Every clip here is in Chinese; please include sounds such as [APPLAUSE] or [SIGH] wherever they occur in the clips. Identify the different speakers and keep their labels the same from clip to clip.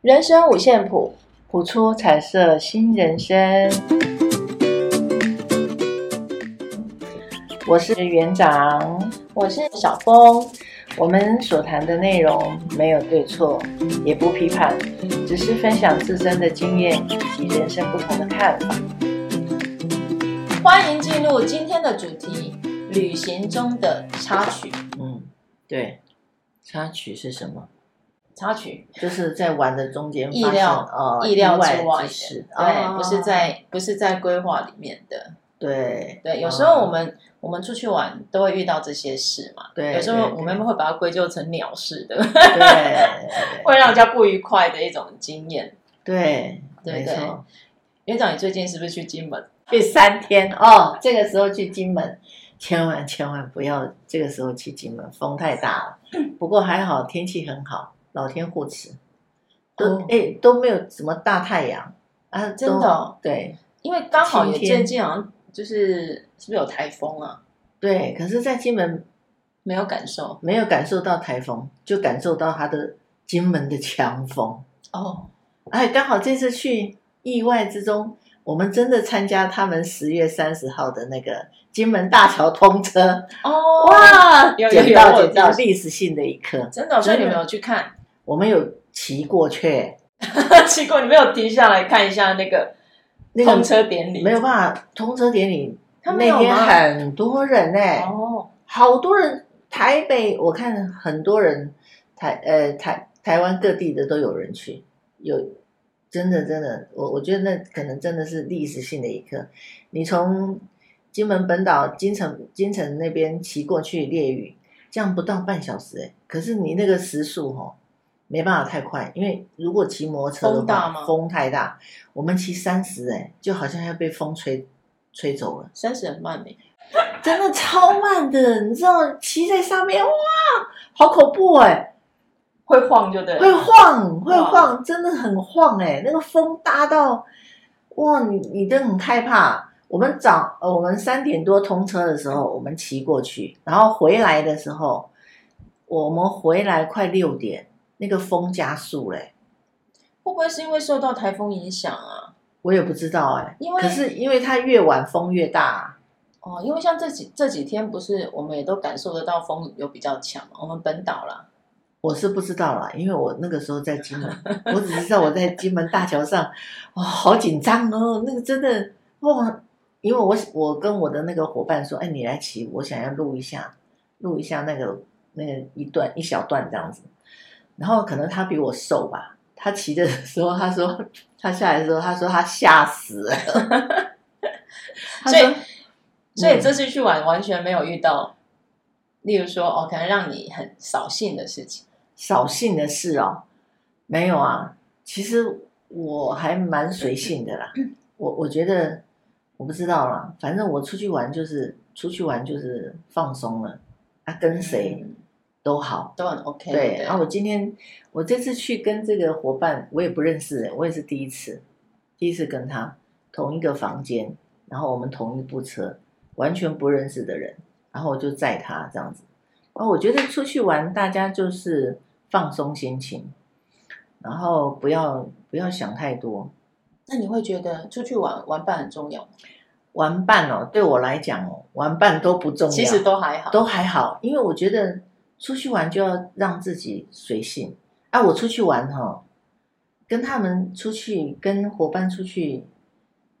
Speaker 1: 人生五线谱，谱出彩色新人生。我是园长，我是小峰。我们所谈的内容没有对错，也不批判，只是分享自身的经验以及人生不同的看法。
Speaker 2: 欢迎进入今天的主题：旅行中的插曲。
Speaker 1: 嗯，对。插曲是什么？
Speaker 2: 插曲
Speaker 1: 就是在玩的中间
Speaker 2: 意料
Speaker 1: 呃
Speaker 2: 意料之
Speaker 1: 外
Speaker 2: 外
Speaker 1: 之
Speaker 2: 的，
Speaker 1: 事，
Speaker 2: 对，
Speaker 1: 哦
Speaker 2: 不是在不是在规划里面的。
Speaker 1: 对
Speaker 2: 对，有时候我
Speaker 1: 哦
Speaker 2: 们我们出去玩都会遇到这些事嘛。
Speaker 1: 对
Speaker 2: 有时候
Speaker 1: 对
Speaker 2: 我们会把它归咎成鸟事的， [LAUGHS]
Speaker 1: 对
Speaker 2: 会让人家不愉快的一种经验。
Speaker 1: 对
Speaker 2: 对
Speaker 1: 没
Speaker 2: 对
Speaker 1: 错。
Speaker 2: 园长，你最近是不是去金门？
Speaker 1: 去三天哦，这个时候去金门，千万千万不要这个时候去金门，风太大了。不过还好天气很好，老天护持，都哎、
Speaker 2: 哦
Speaker 1: 都没有什么大太阳啊，
Speaker 2: 真的哦
Speaker 1: 都对
Speaker 2: 因为刚好也
Speaker 1: 晴天
Speaker 2: 最近好像就是是不是有台风啊？
Speaker 1: 对。可是，在金门
Speaker 2: 没有感受
Speaker 1: 没有感受到台风，就感受到它的金门的强风。
Speaker 2: 哦，
Speaker 1: 哎，刚好这次去意外之中，我们真的参加他们十月三十号的那个金门大桥通车。
Speaker 2: [LAUGHS] 哦，
Speaker 1: 哇，
Speaker 2: 有有
Speaker 1: 捡
Speaker 2: 有
Speaker 1: 到
Speaker 2: 我有
Speaker 1: 捡到
Speaker 2: 听说
Speaker 1: 历史性的一刻。
Speaker 2: 真的哦，所以你
Speaker 1: 真的
Speaker 2: 们有去看？ [LAUGHS]
Speaker 1: 我们有骑过去，
Speaker 2: 结果你没有停下来看一下那个
Speaker 1: 那
Speaker 2: 通
Speaker 1: 个
Speaker 2: 车典礼？
Speaker 1: 没有办法，通车典礼
Speaker 2: 他
Speaker 1: 那
Speaker 2: 没有
Speaker 1: 天
Speaker 2: 吗
Speaker 1: 很多人呢、
Speaker 2: 哦，
Speaker 1: 好多人，台北我看很多人，台呃台台湾各地的都有人去，有真的真的，我我觉得那可能真的是历史性的一刻。你从金门本岛金城金城那边骑过去烈屿，这样不到半小时哎、可是你那个时速哦，没办法太快，因为如果骑摩托车的
Speaker 2: 风大
Speaker 1: 话，
Speaker 2: 吗
Speaker 1: 风太大，我们骑三十哎，就好像要被风吹吹走了。
Speaker 2: 三十很慢呢。
Speaker 1: 真的超慢的，你知道骑在上面哇，好恐怖哎、
Speaker 2: 会晃就对了。
Speaker 1: 会晃会
Speaker 2: 哇
Speaker 1: 晃，真的很晃哎、那个风大到哇，你你真的很害怕。我们早呃，我们三点多通车的时候，我们骑过去，然后回来的时候，我们回来快六点，那个风加速欸嘞、
Speaker 2: 会不会是因为受到台风影响啊？
Speaker 1: 我也不知道哎、
Speaker 2: 因为
Speaker 1: 可是因为它越晚风越大、啊
Speaker 2: 哦，因为像这几这几天不是我们也都感受得到风有比较强嘛，我们本岛啦，
Speaker 1: 我是不知道啦，因为我那个时候在金门，我只知道我在金门大桥上，哦，好紧张哦，那个真的哇！因为我我跟我的那个伙伴说，哎，你来骑，我想要录一下，录一下那个那个一段一小段这样子。然后可能他比我瘦吧，他骑的时候，他说他下来的时候，他说他吓死了， [LAUGHS] 他
Speaker 2: 所以
Speaker 1: 说嗯
Speaker 2: 所以这次去玩完全没有遇到，例如说哦，可能让你很扫兴的事情。
Speaker 1: 扫兴的事哦，没有啊，其实我还蛮随性的啦。我我觉得我不知道啦，反正我出去玩就是出去玩就是放松了，啊，跟谁
Speaker 2: 嗯
Speaker 1: 都好。
Speaker 2: 都很 OK 对不
Speaker 1: 对，啊
Speaker 2: 对，
Speaker 1: 然后我今天我这次去跟这个伙伴，我也不认识、我也是第一次，第一次跟他同一个房间，然后我们同一部车，完全不认识的人，然后我就载他这样子。然后我觉得出去玩，大家就是放松心情，然后不要不要想太多。
Speaker 2: 那你会觉得出去玩玩伴很重要吗？
Speaker 1: 玩伴哦，对我来讲哦，玩伴都不重要，
Speaker 2: 其实都还好，
Speaker 1: 都还好，因为我觉得出去玩就要让自己随性。啊，我出去玩哈、跟他们出去，跟伙伴出去，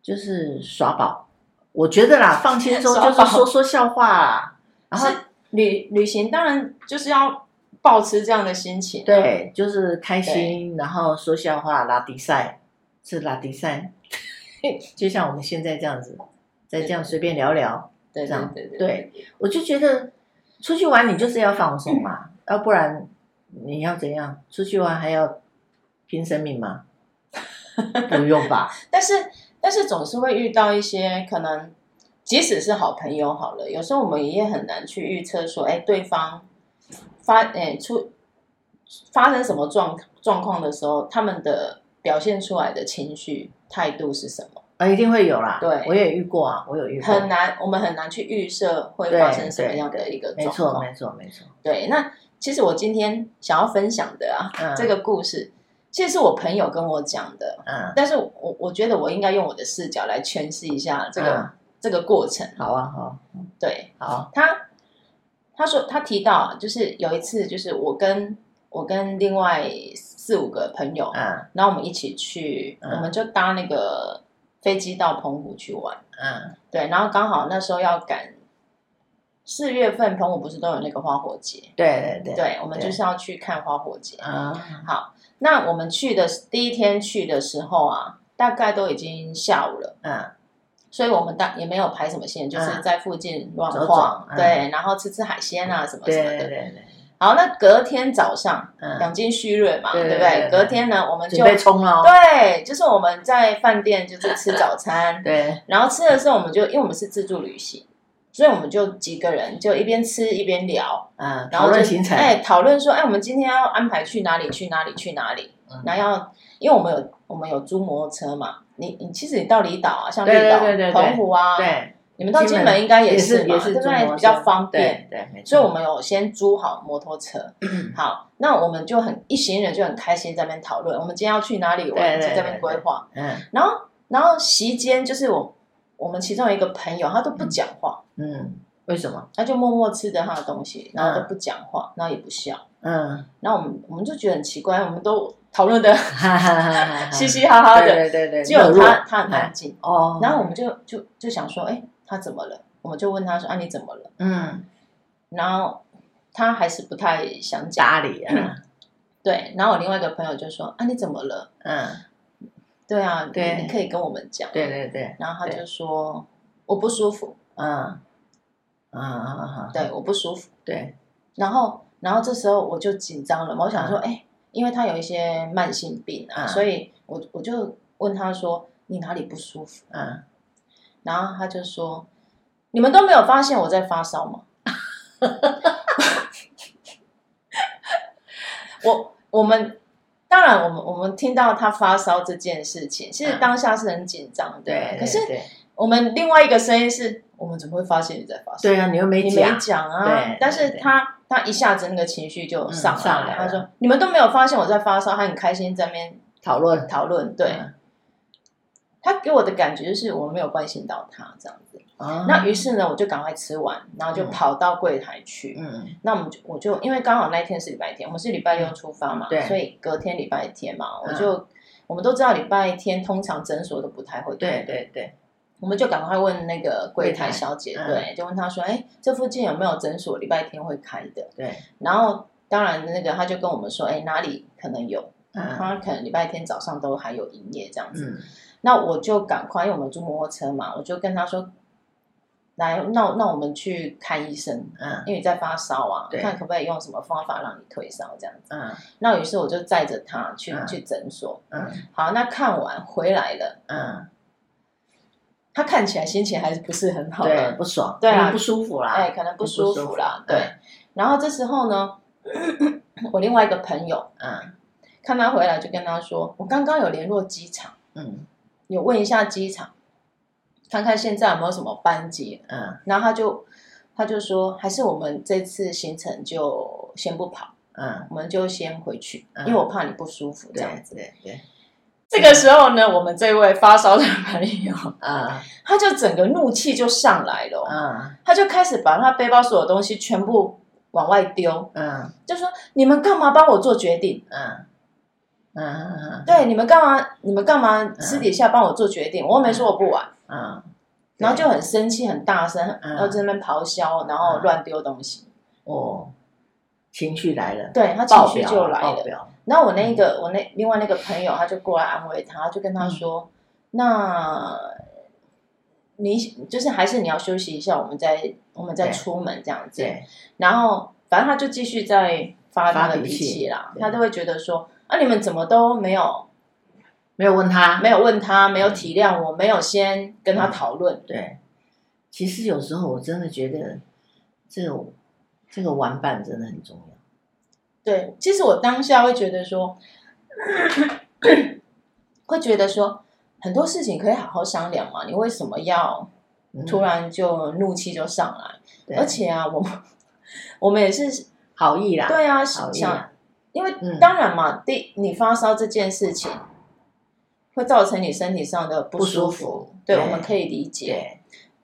Speaker 1: 就是耍宝。我觉得啦，放轻松
Speaker 2: [LAUGHS] 耍
Speaker 1: 就
Speaker 2: 宝
Speaker 1: 是说说笑话啦，然后
Speaker 2: 是旅旅行当然就是要保持这样的心情、，啊
Speaker 1: 对，就是开心，然后说笑话，拉迪赛是拉迪赛， [LAUGHS] 就像我们现在这样子，再这样随便聊聊。
Speaker 2: 对
Speaker 1: 这
Speaker 2: 对
Speaker 1: 样
Speaker 2: 对对
Speaker 1: 对，我就觉得出去玩你就是要放松嘛，要不然你要怎样？出去玩还要拼生命吗？ [LAUGHS] 不用吧？
Speaker 2: 但是但是总是会遇到一些可能，即使是好朋友好了，有时候我们也很难去预测说，哎，对方发哎出发生什么状状况的时候，他们的表现出来的情绪态度是什么，
Speaker 1: 啊，一定会有啦。
Speaker 2: 对
Speaker 1: 我也遇过啊，我有遇过。
Speaker 2: 很难，我们很难去预设会发生什么样的一个
Speaker 1: 没
Speaker 2: 状
Speaker 1: 错，
Speaker 2: 况。
Speaker 1: 没错，没错。
Speaker 2: 对，那其实我今天想要分享的啊，
Speaker 1: 嗯
Speaker 2: 这个故事其实是我朋友跟我讲的，
Speaker 1: 嗯，
Speaker 2: 但是我我觉得我应该用我的视角来诠释一下这个、
Speaker 1: 嗯
Speaker 2: 这个过程。
Speaker 1: 好啊，好，
Speaker 2: 对
Speaker 1: 好，
Speaker 2: 他，他说他提到啊就是有一次，就是我跟我跟另外四五个朋友，
Speaker 1: 嗯
Speaker 2: 然后我们一起去，
Speaker 1: 嗯
Speaker 2: 我们就搭那个飞机到澎湖去玩。
Speaker 1: 嗯
Speaker 2: 对，然后刚好那时候要赶四月份，澎湖不是都有那个花火节？
Speaker 1: 对对对，
Speaker 2: 对，我们就是要去看花火节。
Speaker 1: 啊，
Speaker 2: 好，那我们去的第一天去的时候啊，大概都已经下午了，
Speaker 1: 嗯
Speaker 2: 所以我们大也没有排什么线，就是
Speaker 1: 嗯
Speaker 2: 在附近乱
Speaker 1: 走走
Speaker 2: 晃，
Speaker 1: 嗯
Speaker 2: 对，然后吃吃海鲜啊什么什
Speaker 1: 对
Speaker 2: 么
Speaker 1: 对
Speaker 2: 的。
Speaker 1: 对，
Speaker 2: 好，那隔天早上
Speaker 1: 嗯，
Speaker 2: 养精蓄锐嘛，
Speaker 1: 对
Speaker 2: 对不
Speaker 1: 对对
Speaker 2: 对？隔天呢，我们就
Speaker 1: 准备冲了哦，
Speaker 2: 对，就是我们在饭店就是吃早餐，
Speaker 1: 对，
Speaker 2: 然后吃的时候我们就因为我们是自助旅行，所以我们就几个人就一边吃一边聊，
Speaker 1: 嗯，
Speaker 2: 然
Speaker 1: 讨
Speaker 2: 后就
Speaker 1: 论行程，
Speaker 2: 哎，讨论说，哎，我们今天要安排去哪里？去哪里？去哪里？
Speaker 1: 嗯
Speaker 2: 然后要，因为我们有我们有租摩托车嘛，你你其实你到离岛啊，像
Speaker 1: 对
Speaker 2: 离
Speaker 1: 对
Speaker 2: 岛
Speaker 1: 对对对、
Speaker 2: 澎湖啊，，
Speaker 1: 对，
Speaker 2: 你们到
Speaker 1: 金
Speaker 2: 金
Speaker 1: 门
Speaker 2: 门应该
Speaker 1: 也
Speaker 2: 是嘛，
Speaker 1: 也
Speaker 2: 对
Speaker 1: 是
Speaker 2: 不
Speaker 1: 租摩
Speaker 2: 对？
Speaker 1: 托
Speaker 2: 比较
Speaker 1: 车
Speaker 2: 方便，
Speaker 1: 对对，没错
Speaker 2: 所以我们有先租好摩
Speaker 1: [CLEARS THROAT]
Speaker 2: 托车。好，那我们就很一行人就很开心在那边讨论，我们今天要去哪里
Speaker 1: 对对
Speaker 2: 玩，在那边规划。
Speaker 1: 嗯
Speaker 2: 然后然后席间就是我我们其中一个朋友，他都不讲话，
Speaker 1: 嗯，为什么？
Speaker 2: 他就默默吃着他的东西，然后
Speaker 1: 嗯
Speaker 2: 都不讲话，然后也不笑。
Speaker 1: 嗯， [LAUGHS]
Speaker 2: 然后我们我们就觉得很奇怪，我们都讨论的
Speaker 1: 哈哈哈哈，
Speaker 2: 嘻嘻哈哈
Speaker 1: 啊
Speaker 2: 的，
Speaker 1: 对对对，
Speaker 2: 只有
Speaker 1: 热
Speaker 2: 他
Speaker 1: 络
Speaker 2: 他很安静。
Speaker 1: 哦，
Speaker 2: 然后我们就就就想说，哎，他怎么了？我们就问他说，啊，你怎么了？
Speaker 1: 嗯，
Speaker 2: 然后他还是不太想讲。
Speaker 1: 打理啊，
Speaker 2: 对，然后我另外一个朋友就说，啊，你怎么了？
Speaker 1: 嗯，
Speaker 2: 对啊，你
Speaker 1: 对
Speaker 2: 你可以跟我们讲。
Speaker 1: 对。对对，
Speaker 2: 然后他就说，我不舒服，
Speaker 1: 嗯嗯嗯嗯，
Speaker 2: 对，我不舒服。
Speaker 1: 对，
Speaker 2: 然后然后这时候我就紧张了嘛，我想说，哎、因为他有一些慢性病啊，
Speaker 1: 嗯
Speaker 2: 所以我我就问他说，你哪里不舒服？
Speaker 1: 嗯，
Speaker 2: 然后他就说：“你们都没有发现我在发烧吗？” [LAUGHS] 我我们当然，我们我们听到他发烧这件事情，其实
Speaker 1: 嗯
Speaker 2: 当下是很紧张的。
Speaker 1: 对，
Speaker 2: 可是
Speaker 1: 对
Speaker 2: 我们另外一个声音是：我们怎么会发现你在发烧？
Speaker 1: 对啊，你又没
Speaker 2: 你没
Speaker 1: 讲，
Speaker 2: 讲啊
Speaker 1: 对！
Speaker 2: 但是
Speaker 1: 对
Speaker 2: 他他一下子那个情绪就
Speaker 1: 嗯
Speaker 2: 上
Speaker 1: 上
Speaker 2: 来了
Speaker 1: 来，了
Speaker 2: 他说：“你们都没有发现我在发烧，还很开心在那边
Speaker 1: 讨论，
Speaker 2: 讨论。”对
Speaker 1: 嗯，
Speaker 2: 他给我的感觉就是我没有关心到他这样子。
Speaker 1: 啊
Speaker 2: 那于是呢，我就赶快吃完，然后就
Speaker 1: 嗯
Speaker 2: 跑到柜台去。
Speaker 1: 嗯
Speaker 2: 那我们就我就因为刚好那一天是礼拜天，我们是礼拜六出发嘛
Speaker 1: 对，
Speaker 2: 所以隔天礼拜天嘛，
Speaker 1: 嗯
Speaker 2: 我就、我们都知道礼拜天通常诊所都不太会
Speaker 1: 对
Speaker 2: 开，
Speaker 1: 对对，
Speaker 2: 我们就赶快问那个柜
Speaker 1: 柜台
Speaker 2: 台小姐，
Speaker 1: 嗯
Speaker 2: 对，就问她说，哎，这附近有没有诊所礼拜天会开的？
Speaker 1: 对，
Speaker 2: 然后当然那个她就跟我们说，哎，哪里可能有，
Speaker 1: 嗯
Speaker 2: 她可能礼拜天早上都还有营业这样子。
Speaker 1: 嗯
Speaker 2: 那我就赶快，因为我们租摩托车嘛，我就跟他说，来，那那我们去看医生，
Speaker 1: 嗯
Speaker 2: 因为你在发烧啊，
Speaker 1: 对
Speaker 2: 看可不可以用什么方法让你退烧这样子。
Speaker 1: 嗯
Speaker 2: 那于是我就载着他去、
Speaker 1: 嗯
Speaker 2: 去诊所。
Speaker 1: 嗯
Speaker 2: 好，那看完回来了，
Speaker 1: 嗯，
Speaker 2: 他看起来心情还是不是很好
Speaker 1: 对，
Speaker 2: 的，
Speaker 1: 不爽，
Speaker 2: 对啊
Speaker 1: 嗯不舒服啦，
Speaker 2: 哎，可能不舒服啦，对。
Speaker 1: 嗯
Speaker 2: 然后这时候呢， [COUGHS] 我另外一个朋友
Speaker 1: 嗯
Speaker 2: 看他回来就跟他说，我刚刚有联络机场，
Speaker 1: 嗯
Speaker 2: 有问一下机场，看看现在有没有什么班机，
Speaker 1: 嗯
Speaker 2: 然后他就他就说，还是我们这次行程就先不跑，
Speaker 1: 嗯，
Speaker 2: 我们就先回去，
Speaker 1: 嗯
Speaker 2: 因为我怕你不舒服这
Speaker 1: 对
Speaker 2: 样子。
Speaker 1: 对对，
Speaker 2: 这个时候呢，我们这位发烧的朋友，
Speaker 1: 啊
Speaker 2: 他就整个怒气就上来了哦、
Speaker 1: 嗯
Speaker 2: 他就开始把他背包所有东西全部往外丢，
Speaker 1: 嗯
Speaker 2: 就说你们干嘛帮我做决定？
Speaker 1: 嗯嗯嗯
Speaker 2: 对，你们干嘛？你们干嘛私底下帮我做决定？我又没说我不玩，
Speaker 1: 嗯，
Speaker 2: 然后就很生气，很大声，
Speaker 1: 嗯
Speaker 2: 然后在那边咆哮，然后乱丢东西。
Speaker 1: 哦，情绪来了，
Speaker 2: 对他情
Speaker 1: 爆
Speaker 2: 绪
Speaker 1: 表
Speaker 2: 就来了
Speaker 1: 爆。表，
Speaker 2: 然后我那一个、
Speaker 1: 嗯
Speaker 2: 我那另外那个朋友，他就过来安慰他，他就跟他说：“
Speaker 1: 嗯
Speaker 2: 那你就是还是你要休息一下，我们再我们再
Speaker 1: 对
Speaker 2: 出门这样子。
Speaker 1: 对，”
Speaker 2: 然后反正他就继续在发
Speaker 1: 发
Speaker 2: 他
Speaker 1: 脾
Speaker 2: 的脾
Speaker 1: 气
Speaker 2: 气啦，
Speaker 1: 对
Speaker 2: 他都会觉得说：“啊，你们怎么都没有
Speaker 1: 没有问他，
Speaker 2: 没有问他，没有体谅
Speaker 1: 嗯
Speaker 2: 我，没有先跟他讨论。
Speaker 1: 对，其实有时候我真的觉得，这种这个玩伴真的很重要。
Speaker 2: 对，其实我当下会觉
Speaker 1: [COUGHS]
Speaker 2: 得说，会觉得说很多事情可以好好商量嘛，你为什么要？
Speaker 1: 嗯
Speaker 2: 突然就怒气就上来，
Speaker 1: 对
Speaker 2: 而且啊，我们我们也是
Speaker 1: 好意啦，
Speaker 2: 对啊，
Speaker 1: 好意
Speaker 2: 想
Speaker 1: 啦，
Speaker 2: 因为
Speaker 1: 嗯
Speaker 2: 当然嘛，第你发烧这件事情会造成你身体上的不
Speaker 1: 不
Speaker 2: 舒
Speaker 1: 舒
Speaker 2: 服，
Speaker 1: 服
Speaker 2: 对，
Speaker 1: 对
Speaker 2: 我们可以理解。
Speaker 1: 对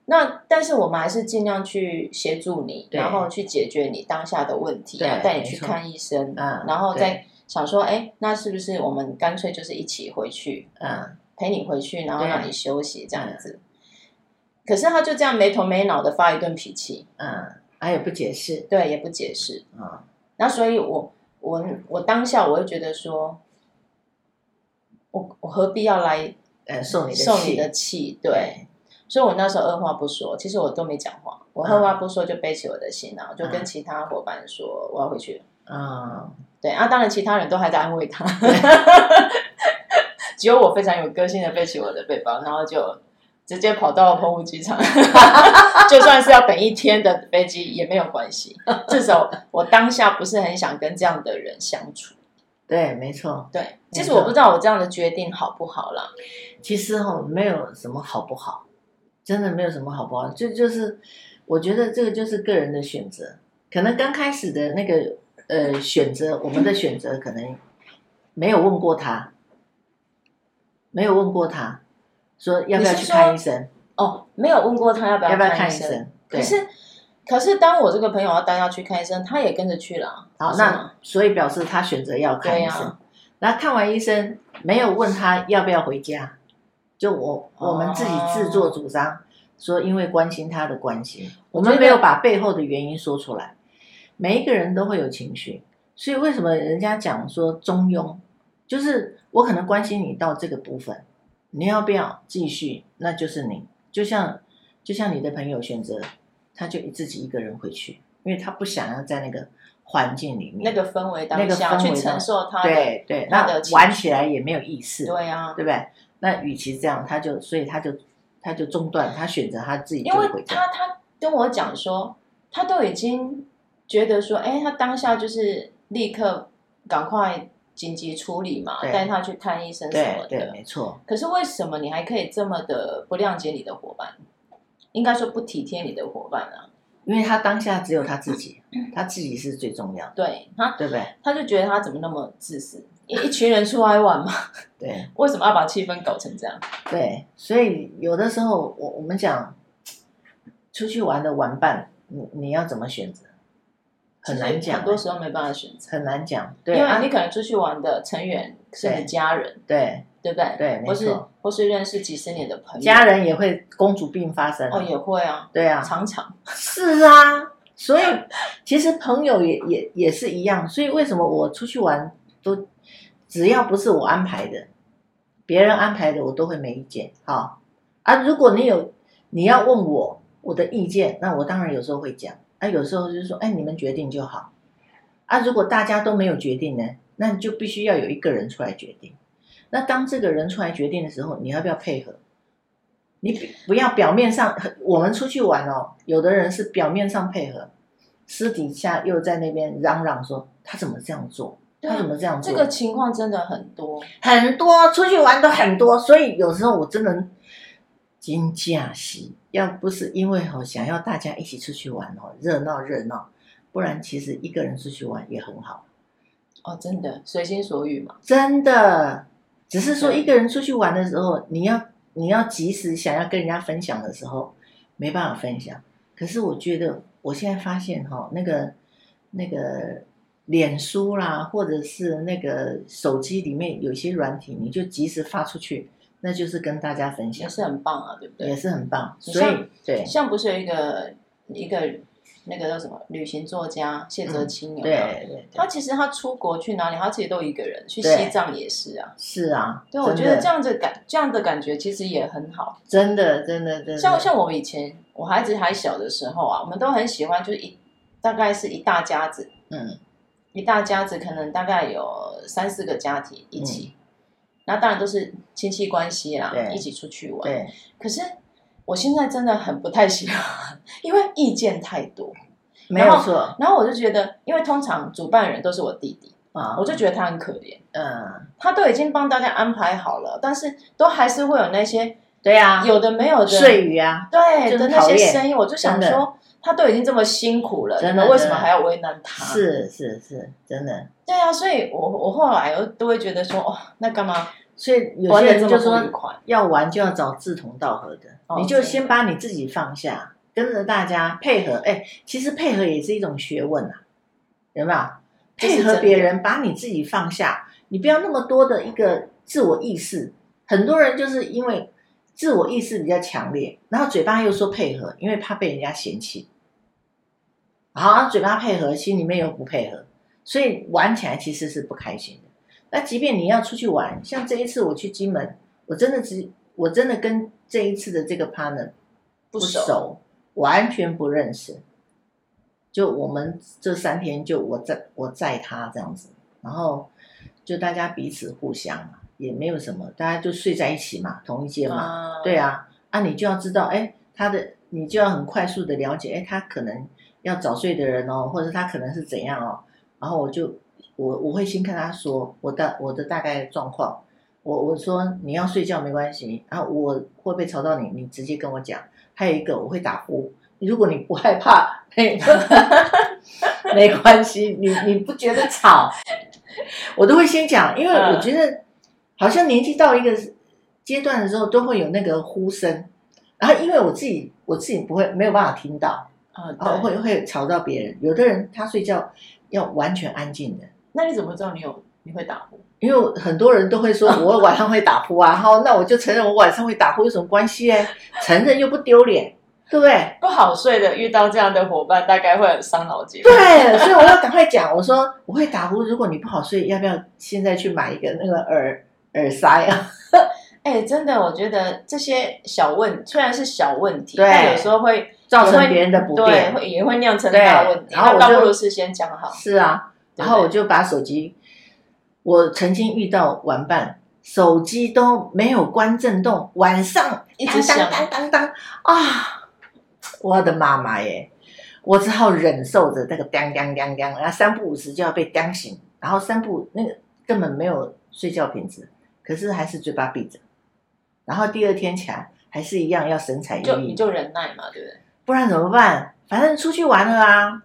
Speaker 2: 那但是我们还是尽量去协助你，
Speaker 1: 对
Speaker 2: 然后去解决你当下的问题，
Speaker 1: 对
Speaker 2: 然后带你
Speaker 1: 没
Speaker 2: 去
Speaker 1: 错
Speaker 2: 看医生，
Speaker 1: 嗯
Speaker 2: 然后
Speaker 1: 对
Speaker 2: 再想说，哎，那是不是我们干脆就是一起回去
Speaker 1: 嗯，
Speaker 2: 陪你回去，然后
Speaker 1: 对
Speaker 2: 让你休息这样子？可是他就这样没头没脑的发一顿脾气，
Speaker 1: 嗯，还有不解释，
Speaker 2: 对，也不解释。
Speaker 1: 嗯
Speaker 2: 那所以我，我我当下我会觉得说，我我何必要来
Speaker 1: 呃，受你的
Speaker 2: 受你
Speaker 1: 气，
Speaker 2: 的气？对，所以我那时候二话不说，其实我都没讲话，我二话不说就背起我的行囊，我就跟其他伙伴说我要回去了。
Speaker 1: 嗯，
Speaker 2: 对啊，当然其他人都还在安慰他， [LAUGHS] 只有我非常有个性的背起我的背包，然后就。直接跑到澎湖机场， [LAUGHS] 就算是要等一天的飞机也没有关系。至少我当下不是很想跟这样的人相处。
Speaker 1: 对，没错。
Speaker 2: 对，
Speaker 1: 没
Speaker 2: 其实
Speaker 1: 错
Speaker 2: 我不知道我这样的决定好不好啦。
Speaker 1: 其实哈、没有什么好不好，真的没有什么好不好，这就是我觉得这个就是个人的选择。可能刚开始的那个呃选择，我们的选择可能没有问过他，没有问过他说要不要
Speaker 2: 你是
Speaker 1: 去
Speaker 2: 说
Speaker 1: 看医生，
Speaker 2: 哦，没有问过他要不
Speaker 1: 要不要
Speaker 2: 看
Speaker 1: 看医
Speaker 2: 生。
Speaker 1: 生。对
Speaker 2: 可，是，可是当我这个朋友要带他去看医生，他也跟着去了啊。
Speaker 1: 好，
Speaker 2: 不是吗
Speaker 1: 那所以表示他选择要看
Speaker 2: 对啊
Speaker 1: 医
Speaker 2: 呀
Speaker 1: 生。然后看完医生，没有问他要不要回家，就我
Speaker 2: 哦
Speaker 1: 我们自己自作主张说，因为关心他的关心，我
Speaker 2: 觉
Speaker 1: 们
Speaker 2: 得
Speaker 1: 没有把背后的原因说出来。每一个人都会有情绪，所以为什么人家讲说中庸，就是我可能关心你到这个部分，你要不要继续，那就是你。就像就像你的朋友选择，他就自己一个人回去，因为他不想要在那个环境里面
Speaker 2: 那个氛围当
Speaker 1: 那个
Speaker 2: 下
Speaker 1: 氛围
Speaker 2: 去
Speaker 1: 当
Speaker 2: 承受他的，
Speaker 1: 对对，
Speaker 2: 他
Speaker 1: 那
Speaker 2: 的情
Speaker 1: 玩
Speaker 2: 绪
Speaker 1: 起来也没有意思，对
Speaker 2: 对啊，
Speaker 1: 不对？那与其这样，他就所以他就他就中断，他选择他自己就
Speaker 2: 因为
Speaker 1: 回家。
Speaker 2: 他他跟我讲说，他都已经觉得说，哎，他当下就是立刻赶快紧急处理嘛，
Speaker 1: 对
Speaker 2: 带他去看医生什
Speaker 1: 对
Speaker 2: 么的。
Speaker 1: 对，没错，
Speaker 2: 可是为什么你还可以这么的不谅解你的伙伴？应该说不体贴你的伙伴啊。
Speaker 1: 因为他当下只有他自己，他自己是最重要的，
Speaker 2: 对他，
Speaker 1: 对不对？
Speaker 2: 他就觉得他怎么那么自私？一一群人出来玩嘛， [LAUGHS]
Speaker 1: 对
Speaker 2: 为什么要把气氛搞成这样？
Speaker 1: 对，所以有的时候我我们讲出去玩的玩伴，你你要怎么选择，很难
Speaker 2: 其实
Speaker 1: 讲欸
Speaker 2: 很，多时候没办法选择，
Speaker 1: 很难讲。
Speaker 2: 因
Speaker 1: 对
Speaker 2: 为你
Speaker 1: 啊，
Speaker 2: 可能出去玩的成员是你家人，
Speaker 1: 对，
Speaker 2: 对不对？
Speaker 1: 对没
Speaker 2: 或是
Speaker 1: 错
Speaker 2: 或是认识几十年的朋友，
Speaker 1: 家人也会公主病发生啊。
Speaker 2: 哦也会啊，
Speaker 1: 对啊，
Speaker 2: 常常
Speaker 1: 是啊，所以其实朋友也也也是一样，所以为什么我出去玩都只要不是我安排的，别人安排的我都会没意见。好啊，如果你有你要问我我的意见，那我当然有时候会讲，啊，有时候就是说，哎，你们决定就好。啊，如果大家都没有决定呢，那你就必须要有一个人出来决定。那当这个人出来决定的时候，你要不要配合？你比不要表面上我们出去玩哦，有的人是表面上配合，私底下又在那边嚷嚷说他怎么这样做，
Speaker 2: 对啊
Speaker 1: 他怎么这样做？
Speaker 2: 这个情况真的很多。
Speaker 1: 很多出去玩都很多，所以有时候我真的惊驾喜，要不是因为哦想要大家一起出去玩哦热闹热闹，不然其实一个人出去玩也很好。
Speaker 2: 哦，真的随心所欲嘛，
Speaker 1: 真的，只是说
Speaker 2: 对
Speaker 1: 一个人出去玩的时
Speaker 2: 嗯
Speaker 1: 候，你要你要及时想要跟人家分享的时候，没办法分享。可是我觉得我现在发现哈、那个那个脸书啦，或者是那个手机里面有些软体，你就及时发出去，那就是跟大家分
Speaker 2: 也
Speaker 1: 享，
Speaker 2: 是很棒啊，对不对？
Speaker 1: 也是很棒。
Speaker 2: 你
Speaker 1: 所以
Speaker 2: 像
Speaker 1: 对
Speaker 2: 像不是有一个一个那个叫什么旅行作家谢哲青有
Speaker 1: 对
Speaker 2: 没有？
Speaker 1: 嗯对，
Speaker 2: 他其实他出国去哪里，他其实都一个人，去
Speaker 1: 对
Speaker 2: 西藏也是啊。
Speaker 1: 是啊，
Speaker 2: 对，我
Speaker 1: 真
Speaker 2: 觉得
Speaker 1: 的
Speaker 2: 这样子感这样的感觉其实也很好。
Speaker 1: 真的真的真的，
Speaker 2: 像像我们以前我孩子还小的时候啊，我们都很喜欢，就是一大概是一大家子，
Speaker 1: 嗯
Speaker 2: 一大家子可能大概有三四个家庭一起，那当然都是亲戚关系啦，
Speaker 1: 嗯对
Speaker 2: 一起出去玩。
Speaker 1: 对
Speaker 2: 可是我现在真的很不太喜欢，因为意见太多。
Speaker 1: 没有错
Speaker 2: 然后我就觉得，因为通常主办人都是我弟弟，
Speaker 1: 啊，
Speaker 2: 我就觉得他很可怜，
Speaker 1: 嗯
Speaker 2: 他都已经帮大家安排好了，但是都还是会有那些
Speaker 1: 对啊，
Speaker 2: 有的没有的
Speaker 1: 睡语啊，
Speaker 2: 对
Speaker 1: 真
Speaker 2: 的
Speaker 1: 的
Speaker 2: 那
Speaker 1: 讨
Speaker 2: 些
Speaker 1: 厌
Speaker 2: 声音，我就想
Speaker 1: 真的
Speaker 2: 说，他都已经这么辛苦了，
Speaker 1: 真
Speaker 2: 你
Speaker 1: 的
Speaker 2: 们为什
Speaker 1: 真
Speaker 2: 么
Speaker 1: 的
Speaker 2: 还要为难他？，
Speaker 1: 是是是，真的。
Speaker 2: 对啊，所以我我后来又都会觉得说，哦，那干嘛
Speaker 1: 所以有
Speaker 2: 玩
Speaker 1: 些
Speaker 2: 的这
Speaker 1: 人就
Speaker 2: 么不愉
Speaker 1: 说
Speaker 2: 快？
Speaker 1: 要玩就要找志同道合的，
Speaker 2: 哦
Speaker 1: 你
Speaker 2: 真
Speaker 1: 就
Speaker 2: 的
Speaker 1: 先把你自己放下，跟着大家配合。哎，其实配合也是一种学问啊，有没有？
Speaker 2: 这是
Speaker 1: 配
Speaker 2: 真
Speaker 1: 合
Speaker 2: 的
Speaker 1: 别人，把你自己放下，你不要那么多的一个自我意识。很多人就是因为自我意识比较强烈，然后嘴巴又说配合，因为怕被人家嫌弃。好，然后嘴巴配合，心里面又不配合，所以玩起来其实是不开心的。那即便你要出去玩，像这一次我去金门，我真的只我真的跟这一次的这个 partner
Speaker 2: 不熟
Speaker 1: 熟，完全不认识。就我们这三天，就我在我在他这样子，然后就大家彼此互相嘛，也没有什么，大家就睡在一起嘛，同一间嘛，
Speaker 2: 啊
Speaker 1: 对，啊，啊你就要知道，哎，他的你就要很快速的了解，哎，他可能要早睡的人哦，或者他可能是怎样哦，然后我就我我会先跟他说我的我的大概状况，我我说你要睡觉没关系，啊我会不会吵到你，你直接跟我讲。还有一个我会打呼，如果你不害怕，没
Speaker 2: [LAUGHS]
Speaker 1: 没关系，你你不觉得吵，我都会先讲，因为
Speaker 2: 嗯
Speaker 1: 我觉得好像年纪到一个阶段的时候，都会有那个呼声，然后因为我自己我自己不会没有办法听到。
Speaker 2: 啊，
Speaker 1: 哦，
Speaker 2: 对，
Speaker 1: 会会吵到别人。有的人他睡觉要完全安静的，
Speaker 2: 那你怎么知道你有你会打呼？
Speaker 1: 因为很多人都会
Speaker 2: [LAUGHS]
Speaker 1: 说我晚上会打呼啊，好，那我就承认我晚上会打呼有什么关系哎？承认又不丢脸，对不对？
Speaker 2: 不好睡的遇到这样的伙伴，大概会很伤脑筋。
Speaker 1: 对， [LAUGHS] 所以我要赶快讲，我说我会打呼，如果你不好睡，要不要现在去买一个那个耳耳塞啊？
Speaker 2: 哎、真的，我觉得这些小问虽然是小问题，
Speaker 1: 对
Speaker 2: 但有时候会
Speaker 1: 造成别人的不
Speaker 2: 对，
Speaker 1: 便。
Speaker 2: 会也会酿成大问题。
Speaker 1: 对然后
Speaker 2: 那
Speaker 1: 我
Speaker 2: 倒
Speaker 1: 就
Speaker 2: 不如事先讲好。
Speaker 1: 是啊，
Speaker 2: 对
Speaker 1: 然后我就把手机，我曾经遇到玩伴，手机都没有关震动，晚上
Speaker 2: 一直响
Speaker 1: 当当当当当啊！我的妈妈耶！我只好忍受着那个当当当当，然后三不五时就要被当醒，然后三不那个根本没有睡觉品质，可是还是嘴巴闭着，然后第二天起来还是一样要神采奕
Speaker 2: 就
Speaker 1: 奕，
Speaker 2: 你就忍耐嘛，对不对？
Speaker 1: 不然怎么办？反正出去玩了啊，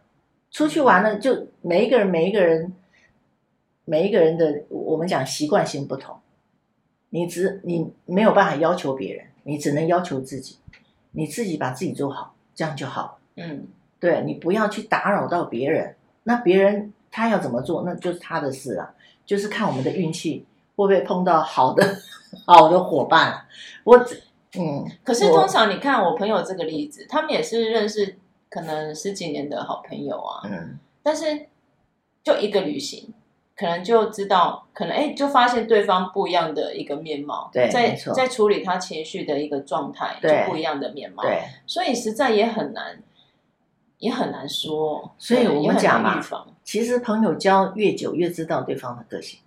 Speaker 1: 出去玩了就每一个人每一个人每一个人的我们讲习惯性不同，你只你没有办法要求别人，你只能要求自己，你自己把自己做好，这样就好。
Speaker 2: 嗯，
Speaker 1: 对你不要去打扰到别人，那别人他要怎么做，那就是他的事啊，就是看我们的运气会不会碰到好的 [LAUGHS] 好的伙伴。我只嗯，
Speaker 2: 可是
Speaker 1: 我
Speaker 2: 通常你看我朋友这个例子，他们也是认识可能十几年的好朋友啊，
Speaker 1: 嗯
Speaker 2: 但是就一个旅行，可能就知道，可能哎、就发现对方不一样的一个面貌，
Speaker 1: 对
Speaker 2: 在
Speaker 1: 没错
Speaker 2: 在处理他情绪的一个状态，就
Speaker 1: 对
Speaker 2: 不一样的面貌，
Speaker 1: 对。
Speaker 2: 所以实在也很难，也很难说，
Speaker 1: 所以
Speaker 2: 对
Speaker 1: 我
Speaker 2: 也
Speaker 1: 们
Speaker 2: 很
Speaker 1: 讲
Speaker 2: 难
Speaker 1: 嘛
Speaker 2: 预防
Speaker 1: 其实朋友交越久，越知道对方的个性，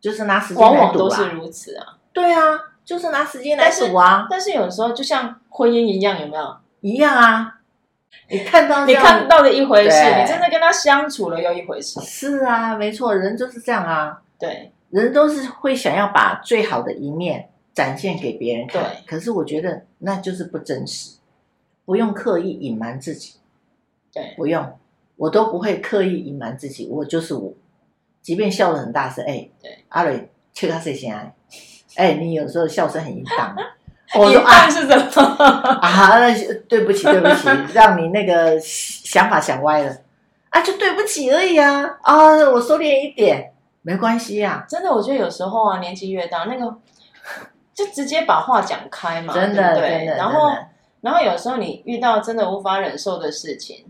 Speaker 1: 就是拿时间
Speaker 2: 往
Speaker 1: 来
Speaker 2: 往
Speaker 1: 赌
Speaker 2: 都是
Speaker 1: 啊。
Speaker 2: 如此啊。
Speaker 1: 对啊，就是拿时间来赌啊，
Speaker 2: 但是有时候就像婚姻一样，有没有？
Speaker 1: 一样啊。你看到这
Speaker 2: 你
Speaker 1: 样
Speaker 2: 看到的一回事，
Speaker 1: 对
Speaker 2: 你真的跟他相处了又一回事。
Speaker 1: 是啊，没错，人就是这样啊，
Speaker 2: 对，
Speaker 1: 人都是会想要把最好的一面展现给别人看
Speaker 2: 对。
Speaker 1: 可是我觉得那就是不真实，不用刻意隐瞒自己。
Speaker 2: 对
Speaker 1: 不用，我都不会刻意隐瞒自己，我就是我。即便笑得很大声，哎、
Speaker 2: 对
Speaker 1: 阿蕊，切他谁先来？哎、你有时候笑声很淫
Speaker 2: [LAUGHS]
Speaker 1: 荡。我
Speaker 2: 一
Speaker 1: 说啊
Speaker 2: 半是什么？
Speaker 1: 啊，那对不起，对不起，让你那个想法想歪了啊，就对不起而已啊啊，我收敛一点，没关系啊呀、
Speaker 2: 真的，我觉得有时候啊，年纪越大，那个就直接把话讲开嘛，
Speaker 1: 真的，
Speaker 2: 啊对不对
Speaker 1: 真的，
Speaker 2: 然后
Speaker 1: 真，的
Speaker 2: 然后有时候你遇到真的无法忍受的事情，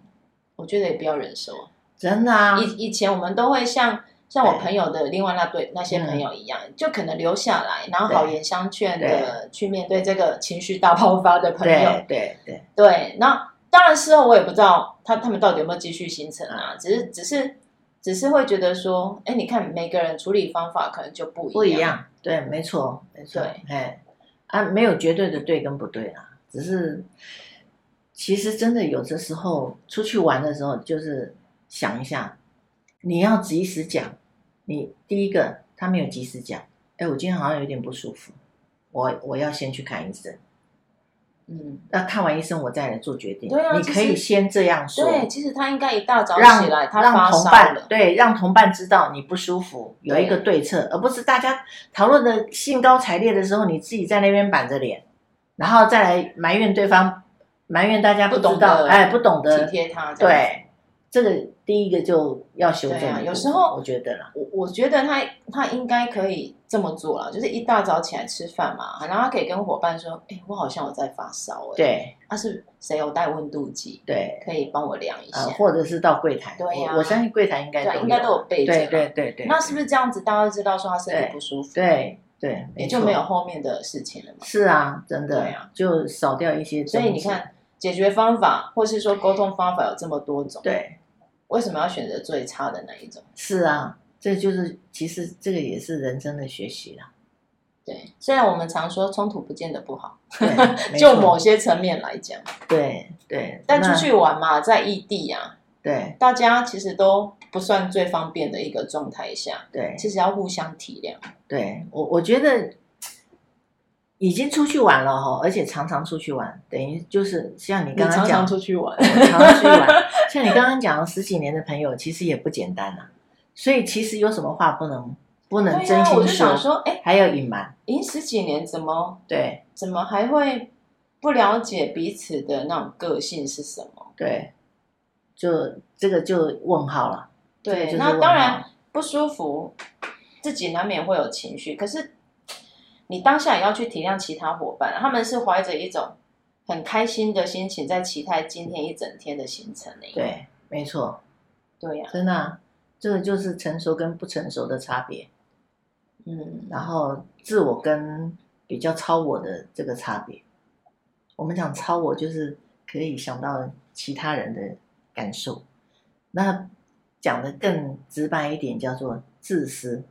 Speaker 2: 我觉得也不要忍受啊。
Speaker 1: 真的啊，
Speaker 2: 以以前我们都会像像我
Speaker 1: 对
Speaker 2: 朋友的另外那对那些朋友一样，就可能留下来，然后好言相劝的去面对这个情绪大爆发的朋友。
Speaker 1: 对对对，
Speaker 2: 对，那当然事后我也不知道他他们到底有没有继续行程啊，只是只是只是会觉得说，哎，你看每个人处理方法可能就不一样，
Speaker 1: 不一样，对，没错，没错
Speaker 2: 对，
Speaker 1: 哎，啊，没有绝对的对跟不对啦，只是其实真的有的时候出去玩的时候，就是想一下，你要及时讲，你第一个他没有及时讲，哎，我今天好像有点不舒服，我我要先去看医生，
Speaker 2: 嗯，
Speaker 1: 那看完医生我再来做决定。
Speaker 2: 对啊
Speaker 1: 你可以
Speaker 2: 其实
Speaker 1: 先这样说，
Speaker 2: 对，其实他应该一大早
Speaker 1: 让
Speaker 2: 起来，他
Speaker 1: 让
Speaker 2: 发
Speaker 1: 同
Speaker 2: 烧
Speaker 1: 伴
Speaker 2: 了，
Speaker 1: 对让同伴知道你不舒服，有一个对策，而不是大家讨论的兴高采烈的时候，你自己在那边板着脸，然后再来埋怨对方，埋怨大家
Speaker 2: 不
Speaker 1: 不
Speaker 2: 懂
Speaker 1: 知道，
Speaker 2: 得
Speaker 1: 哎，不懂
Speaker 2: 体
Speaker 1: 得，
Speaker 2: 贴他。，
Speaker 1: 对，这个第一个就要修正
Speaker 2: 对
Speaker 1: 的
Speaker 2: 啊
Speaker 1: 部分。
Speaker 2: 有时候
Speaker 1: 我觉得啦，
Speaker 2: 我我觉得他他应该可以这么做啦，就是一大早起来吃饭嘛，然后他可以跟伙伴说，哎、我好像我在发烧、哎，
Speaker 1: 对
Speaker 2: 他、是谁有带温度计，
Speaker 1: 对，
Speaker 2: 可以帮我量一下？
Speaker 1: 呃，或者是到柜台，
Speaker 2: 对呀
Speaker 1: 我我相信柜台应该
Speaker 2: 对啊，
Speaker 1: 有
Speaker 2: 应该都有备着
Speaker 1: 对
Speaker 2: 嘛。
Speaker 1: 对对对，
Speaker 2: 那是不是这样子，大家都知道说他身体不舒服，，
Speaker 1: 对对，
Speaker 2: 也就
Speaker 1: 错
Speaker 2: 没有后面的事情了嘛？
Speaker 1: 是啊，真的，
Speaker 2: 对啊
Speaker 1: 就少掉一些。
Speaker 2: 所以你，看，解决方法或是说沟通方法有这么多种，
Speaker 1: 对，
Speaker 2: 为什么要选择最差的那一种？
Speaker 1: 是啊，这就是其实这个也是人生的学习
Speaker 2: [LAUGHS]
Speaker 1: 啦。
Speaker 2: 对，虽然我们常说冲突不见得不好，
Speaker 1: 对没
Speaker 2: 就
Speaker 1: 错
Speaker 2: 某些层面来讲，
Speaker 1: 对对，
Speaker 2: 但
Speaker 1: 那
Speaker 2: 出去玩嘛，在异地啊，
Speaker 1: 对
Speaker 2: 大家其实都不算最方便的一个状态下，
Speaker 1: 对
Speaker 2: 其实要互相体谅。
Speaker 1: 对，我我觉得已经出去玩了哈，而且常常出去玩，等于就是像你
Speaker 2: 你
Speaker 1: 刚刚
Speaker 2: 常
Speaker 1: 讲，
Speaker 2: 常出去玩，
Speaker 1: 我常常出去玩，像你刚刚讲的十几年的朋友，其实也不简单啦。所以其实有什么话不能不能
Speaker 2: 对
Speaker 1: 真
Speaker 2: 啊，
Speaker 1: 心
Speaker 2: 我就
Speaker 1: 说，
Speaker 2: 想说，哎，
Speaker 1: 还有隐瞒，
Speaker 2: 已经十几年，怎么
Speaker 1: 对
Speaker 2: 怎么还会不了解彼此的那种个性是什么？
Speaker 1: 对，就这个就问号了。这个
Speaker 2: 对，
Speaker 1: 就是
Speaker 2: 那
Speaker 1: 问
Speaker 2: 当
Speaker 1: 号
Speaker 2: 然不舒服，自己难免会有情绪，可是你当下也要去体谅其他伙伴，他们是怀着一种很开心的心情在期待今天一整天的行程呢。
Speaker 1: 对，没错。
Speaker 2: 对呀、
Speaker 1: 真的啊、这个就是成熟跟不成熟的差别，
Speaker 2: 嗯，
Speaker 1: 然后自我跟比较超我的这个差别。我们讲超我就是可以想到其他人的感受，那讲的更直白一点叫做自私。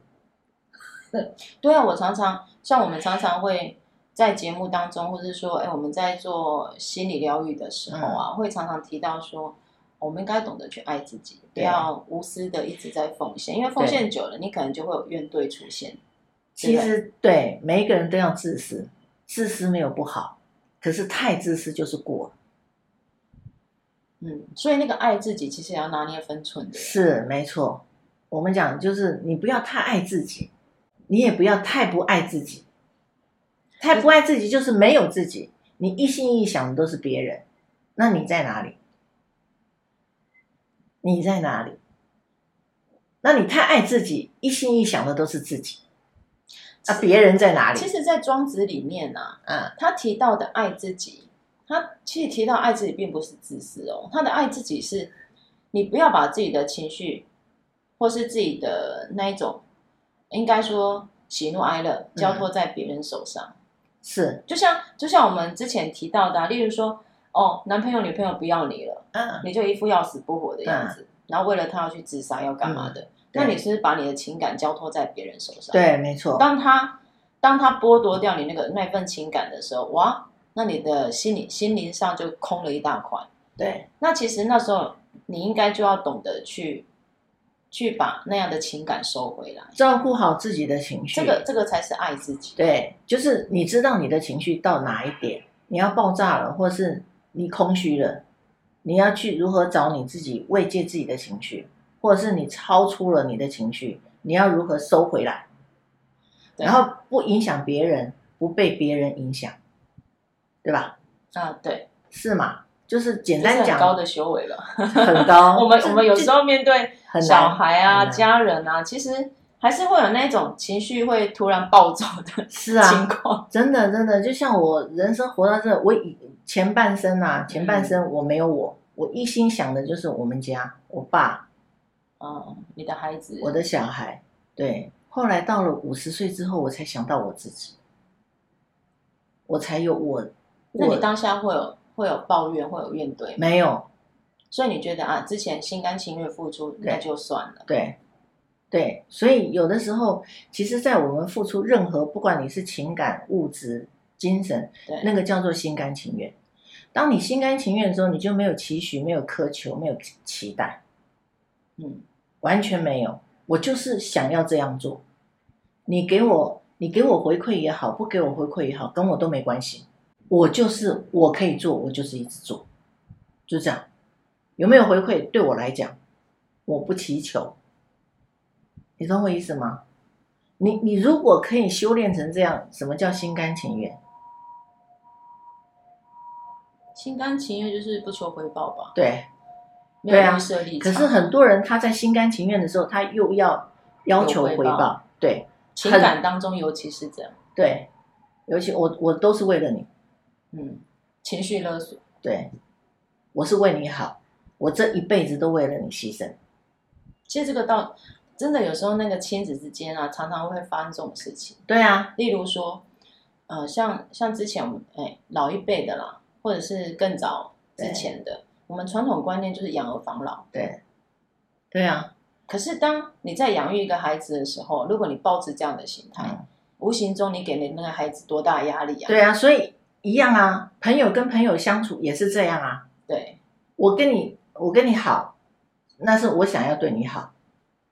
Speaker 2: 对啊，我常常像我们常常会。在节目当中，或是说，哎，我们在做心理疗愈的时候啊，
Speaker 1: 嗯
Speaker 2: 会常常提到说，我们应该懂得去爱自己，不
Speaker 1: 对
Speaker 2: 要无私的一直在奉献，因为奉
Speaker 1: 对
Speaker 2: 献久了，你可能就会有怨怼出现。
Speaker 1: 其实对每一个人都要自私，自私没有不好，可是太自私就是过了。
Speaker 2: 嗯，所以那个爱自己其实也要拿捏分寸的。
Speaker 1: 是没错，我们讲就是你不要太爱自己，你也不要太不爱自己。太不爱自己就是没有自己，你一心一想的都是别人，那你在哪里？你在哪里？那你太爱自己，一心一想的都是自己，那、
Speaker 2: 其实
Speaker 1: 别人在哪里
Speaker 2: 其？实，在庄子里面啊，
Speaker 1: 嗯，
Speaker 2: 他提到的爱自己，他其实提到爱自己并不是自私哦，他的爱自己是，你不要把自己的情绪，或是自己的那一种，应该说喜怒哀乐交托在别人手上。
Speaker 1: 是，
Speaker 2: 就像就像我们之前提到的、啊，例如说，哦，男朋友女朋友不要你了，
Speaker 1: 嗯，
Speaker 2: 你就一副要死不活的样子，然后为了他要去自杀要干嘛的，
Speaker 1: 嗯对
Speaker 2: 那你是不是把你的情感交托在别人手上。
Speaker 1: 对，没错，
Speaker 2: 当他当他剥夺掉你那个那份情感的时候，哇，那你的心理心灵上就空了一大块。
Speaker 1: 对，
Speaker 2: 那其实那时候你应该就要懂得去去把那样的情感收回来，
Speaker 1: 照顾好自己的情绪，
Speaker 2: 这个这个才是爱自己。
Speaker 1: 对，就是你知道你的情绪到哪一点，你要爆炸了，或是你空虚了，你要去如何找你自己慰藉自己的情绪，或者是你超出了你的情绪，你要如何收回来，
Speaker 2: 对
Speaker 1: 然后不影响别人，不被别人影响，对吧？
Speaker 2: 啊，对，
Speaker 1: 是嘛？就是简
Speaker 2: 这是
Speaker 1: 单
Speaker 2: 很高
Speaker 1: 讲，
Speaker 2: 的修为了。
Speaker 1: 很高。
Speaker 2: [LAUGHS] 我们
Speaker 1: 这
Speaker 2: 我们有
Speaker 1: 这
Speaker 2: 时候面对
Speaker 1: 很
Speaker 2: 小
Speaker 1: 难，
Speaker 2: 孩啊、
Speaker 1: 很难
Speaker 2: 家人啊，其实还是会有那种情绪会突然暴走的
Speaker 1: 是啊，
Speaker 2: 情况。
Speaker 1: 真的，真的，就像我人生活到这，我以前半生啊，
Speaker 2: 嗯
Speaker 1: 前半生我没有我，我一心想的就是我们家、我爸、
Speaker 2: 嗯，你的孩子，
Speaker 1: 我的小孩。对，后来到了五十岁之后，我才想到我自己，我才有我。
Speaker 2: 那你
Speaker 1: 我
Speaker 2: 当下会有会有抱怨，会有怨怼吗？
Speaker 1: 没有
Speaker 2: 所以你觉得啊，之前心甘情愿付出
Speaker 1: 对
Speaker 2: 那就算了，
Speaker 1: 对，对，所以有的时候，其实，在我们付出任何，不管你是情感、物质、精神，
Speaker 2: 对，
Speaker 1: 那个叫做心甘情愿。当你心甘情愿的时候，你就没有期许，没有苛求，没有期待。
Speaker 2: 嗯，
Speaker 1: 完全没有，我就是想要这样做。你给我，你给我回馈也好，不给我回馈也好，跟我都没关系。我就是我可以做，我就是一直做，就这样。有没有回馈对我来讲，我不祈求，你懂我意思吗？你你如果可以修炼成这样，什么叫心甘情愿？
Speaker 2: 心甘情愿就是不求回报吧，
Speaker 1: 对，
Speaker 2: 没有
Speaker 1: 对啊
Speaker 2: 预设立
Speaker 1: 可
Speaker 2: 场。
Speaker 1: 是很多人他在心甘情愿的时候，他又要要求回
Speaker 2: 有回报
Speaker 1: 报，对
Speaker 2: 情感当中尤其是这样，
Speaker 1: 对，尤其我我都是为了你，
Speaker 2: 嗯，情绪勒索，
Speaker 1: 对，我是为你好，我这一辈子都为了你牺牲，
Speaker 2: 其实这个到真的有时候那个亲子之间啊，常常会发生这种事情。
Speaker 1: 对啊，
Speaker 2: 例如说，呃，像像之前我们哎、老一辈的啦，或者是更早之前的，我们传统观念就是养儿防老。
Speaker 1: 对，对啊，
Speaker 2: 可是当你在养育一个孩子的时候，如果你抱持这样的心态，
Speaker 1: 嗯
Speaker 2: 无形中你给了那个孩子多大的压力啊？
Speaker 1: 对啊，所以一样啊，朋友跟朋友相处也是这样啊，
Speaker 2: 对
Speaker 1: 我跟你，我跟你好，那是我想要对你好，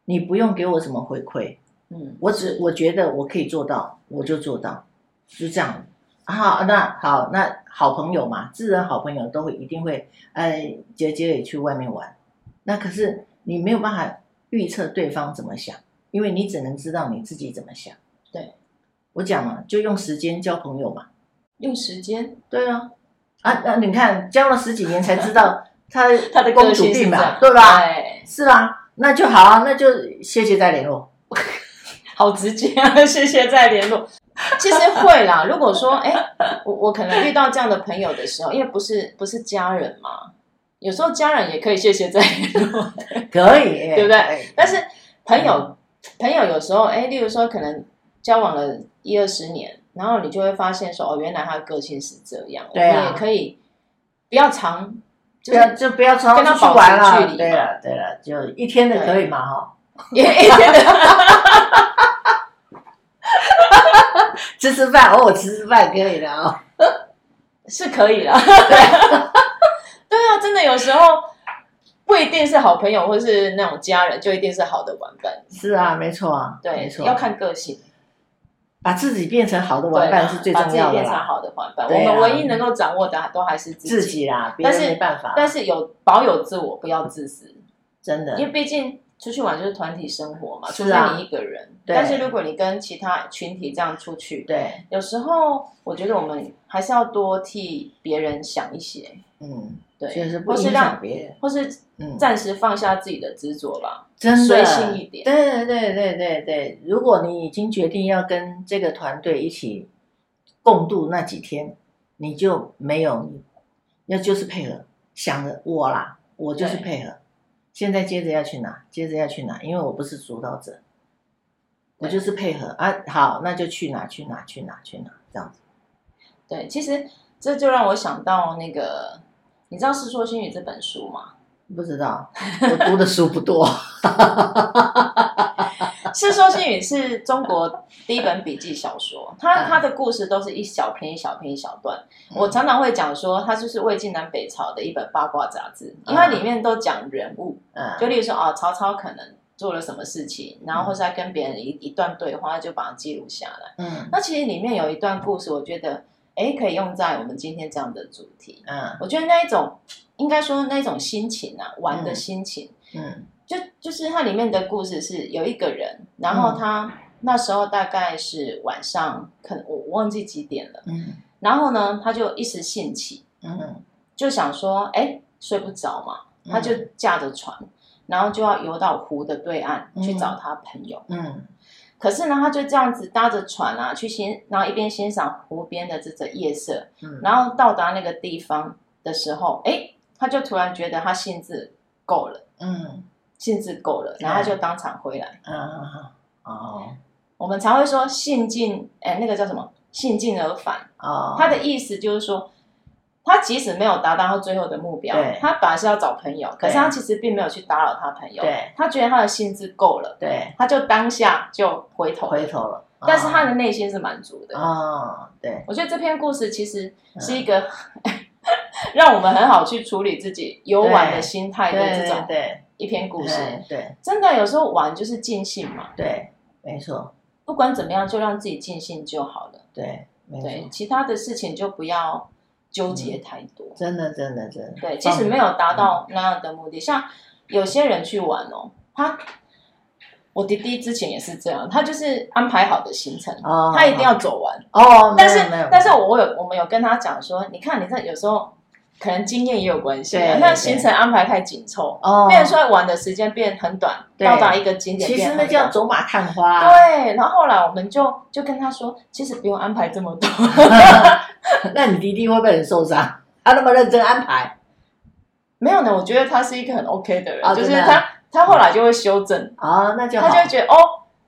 Speaker 1: 你不用给我什么回馈，
Speaker 2: 嗯，
Speaker 1: 我只我觉得我可以做到，我就做到，就这样。好，那好，那好朋友嘛，自然好朋友都会一定会，呃，姐姐也去外面玩，那可是你没有办法预测对方怎么想，因为你只能知道你自己怎么想。
Speaker 2: 对，
Speaker 1: 我讲嘛，就用时间交朋友嘛。
Speaker 2: 用时间
Speaker 1: 对啊，啊，那你看交了十几年才知
Speaker 2: [LAUGHS]
Speaker 1: 道他
Speaker 2: 他的
Speaker 1: 公
Speaker 2: 个
Speaker 1: 主
Speaker 2: 性是
Speaker 1: 病
Speaker 2: 这
Speaker 1: 嘛，
Speaker 2: 样，
Speaker 1: 对吧？
Speaker 2: 哎，
Speaker 1: 是啊，那就好啊，那就谢谢再联
Speaker 2: [LAUGHS]
Speaker 1: 络。
Speaker 2: 好直接啊！谢谢再联
Speaker 1: [LAUGHS]
Speaker 2: 络。其实会啦，如果说哎、我我可能遇到这样的朋友的时候，因为不是不是家人嘛，有时候家人也可以谢谢再联
Speaker 1: [LAUGHS]
Speaker 2: 络，
Speaker 1: 可以耶，
Speaker 2: 对不对
Speaker 1: 哎
Speaker 2: 但是朋
Speaker 1: 嗯
Speaker 2: 友朋友有时候哎、例如说可能交往了一二十年，然后你就会发现说哦，原来他的个性是这样，
Speaker 1: 对啊
Speaker 2: 我们也可以不要常就
Speaker 1: 不要
Speaker 2: 是
Speaker 1: 就不要常
Speaker 2: 跟他
Speaker 1: 常出去
Speaker 2: 保持
Speaker 1: 玩
Speaker 2: 距
Speaker 1: 了。
Speaker 2: 离
Speaker 1: 对
Speaker 2: 嘛
Speaker 1: 了对了，就一天的
Speaker 2: 对
Speaker 1: 可以嘛哈，
Speaker 2: 也也真的
Speaker 1: 吃吃饭，偶尔吃吃饭可以的啊。
Speaker 2: 是可以啦。 [LAUGHS] 对啊，真的有时候不一定是好朋友或是那种家人，就一定是好的玩伴。
Speaker 1: 是啊，没错啊，
Speaker 2: 对
Speaker 1: 没，错，
Speaker 2: 要看个性，
Speaker 1: 把自己变成好的
Speaker 2: 对
Speaker 1: 玩
Speaker 2: 啦
Speaker 1: 伴是最重
Speaker 2: 把自
Speaker 1: 要
Speaker 2: 己
Speaker 1: 的
Speaker 2: 变成
Speaker 1: 啦，
Speaker 2: 好的玩伴。
Speaker 1: 对
Speaker 2: 我
Speaker 1: 啊
Speaker 2: 们唯一能够掌握的都还是自己，
Speaker 1: 自己啦，别
Speaker 2: 但
Speaker 1: 人
Speaker 2: 是
Speaker 1: 没办法，
Speaker 2: 但是有保有自我，不要自啊私，
Speaker 1: 真的
Speaker 2: 因为毕竟出去玩就是团体生活嘛，除
Speaker 1: 是
Speaker 2: 非
Speaker 1: 啊
Speaker 2: 你一个人。
Speaker 1: 对
Speaker 2: 但是如果你跟其他群体这样出去，
Speaker 1: 对，
Speaker 2: 有时候我觉得我们还是要多替别人想一些，
Speaker 1: 嗯，
Speaker 2: 对，
Speaker 1: 就是不
Speaker 2: 或是
Speaker 1: 影响
Speaker 2: 让，
Speaker 1: 别人，
Speaker 2: 或是
Speaker 1: 嗯，
Speaker 2: 暂时放下自己的执着吧。
Speaker 1: 真的
Speaker 2: 随性一点
Speaker 1: 对对对对对对，如果你已经决定要跟这个团队一起共度那几天，你就没有你，要就是配合，想着我啦，我就是
Speaker 2: 对
Speaker 1: 配合。现在接着要去哪？接着要去哪？因为我不是主导者，我就是配合啊。好，那就去哪去哪去哪去哪这样子。
Speaker 2: 对，其实这就让我想到那个，你知道《世说新语》这本书吗？
Speaker 1: 不知
Speaker 2: [LAUGHS]
Speaker 1: 道，我读的书不多。
Speaker 2: 《世说新语》是中国第一本笔记小说，它
Speaker 1: 嗯
Speaker 2: 它的故事都是一小篇一小篇一小段。 [LAUGHS] 我常常会讲说，它就是魏晋南北朝的一本八卦杂志，因为它里面都讲人物，
Speaker 1: 嗯，
Speaker 2: 就例如说啊，曹操可能做了什么事情，然后或是他跟别人一一段对话，就把它记录下来。
Speaker 1: 嗯
Speaker 2: 那其实里面有一段故事，我觉得诶可以用在我们今天这样的主题。
Speaker 1: 嗯
Speaker 2: 我觉得那一种应该说那一种心情啊，玩的心情。
Speaker 1: 嗯
Speaker 2: 就就是它里面的故事是有一个人，然后他那时候大概是晚上，可能我我忘记几点了。
Speaker 1: 嗯
Speaker 2: 然后呢，他就一时兴起，
Speaker 1: 嗯，
Speaker 2: 就想说，哎，睡不着嘛，
Speaker 1: 嗯
Speaker 2: 他就驾着船，然后就要游到湖的对岸去找他朋友。
Speaker 1: 嗯
Speaker 2: 可是呢，他就这样子搭着船啊，去欣，然后一边欣赏湖边的这个夜色，
Speaker 1: 嗯，
Speaker 2: 然后到达那个地方的时候，哎，他就突然觉得他兴致够了，
Speaker 1: 嗯
Speaker 2: 兴致够了，然后他就当场回来。
Speaker 1: 啊哦
Speaker 2: 我们常会说兴尽，哎，那个叫什么？兴尽而返。
Speaker 1: 哦，
Speaker 2: 他的意思就是说，他即使没有达到他最后的目标
Speaker 1: 对，
Speaker 2: 他本来是要找朋友，可是
Speaker 1: 对
Speaker 2: 他其实并没有去打扰他朋友
Speaker 1: 对，
Speaker 2: 他觉得他的兴致够了，
Speaker 1: 对
Speaker 2: 他就当下就回头了
Speaker 1: 回，头哦了，嗯
Speaker 2: 但是他的内心是满足的。
Speaker 1: 哦，对，
Speaker 2: 我觉得这篇故事其实
Speaker 1: 嗯
Speaker 2: 是一个、 [LAUGHS] 让我们很好去处理自己游玩的心态
Speaker 1: 对
Speaker 2: 的
Speaker 1: 对
Speaker 2: 这
Speaker 1: 对
Speaker 2: 种
Speaker 1: 对，
Speaker 2: 一篇故事。
Speaker 1: 哎对
Speaker 2: 真的，有时候玩就是尽兴嘛，
Speaker 1: 对，没错，
Speaker 2: 不管怎么样，就让自己尽兴就好了。
Speaker 1: 对，没
Speaker 2: 对，
Speaker 1: 错，嗯
Speaker 2: 其他的事情就不要纠结太多。
Speaker 1: 真的真的真的，
Speaker 2: 对，即使没有
Speaker 1: 嗯
Speaker 2: 达到那样的目的，像有些人去玩哦，他我弟弟之前也是这样，他就是安排好的行程，
Speaker 1: 哦，
Speaker 2: 他一定要走完。
Speaker 1: 哦，
Speaker 2: 但是
Speaker 1: 没有没有
Speaker 2: 但是我有我们有跟他讲说，你看你这有时候可能经验也有关系啊，
Speaker 1: 对
Speaker 2: 那
Speaker 1: 对
Speaker 2: 行程安排太紧凑，
Speaker 1: 哦，
Speaker 2: 变成说玩的时间变很短，
Speaker 1: 对
Speaker 2: 到达一个景点
Speaker 1: 其
Speaker 2: 变
Speaker 1: 实
Speaker 2: 很
Speaker 1: 那
Speaker 2: 短
Speaker 1: 叫走马看花，
Speaker 2: 对，然后后来我们就就跟他说，其实不用安排这么多，
Speaker 1: [LAUGHS]
Speaker 2: [LAUGHS]
Speaker 1: 那你弟弟会不会很受伤？他那么认真安排
Speaker 2: 没有呢。我觉得他是一个很 OK 的人，
Speaker 1: 哦
Speaker 2: 就是
Speaker 1: 真的
Speaker 2: 他他后来就会修正，
Speaker 1: 哦，那就好
Speaker 2: 他就会觉得哦，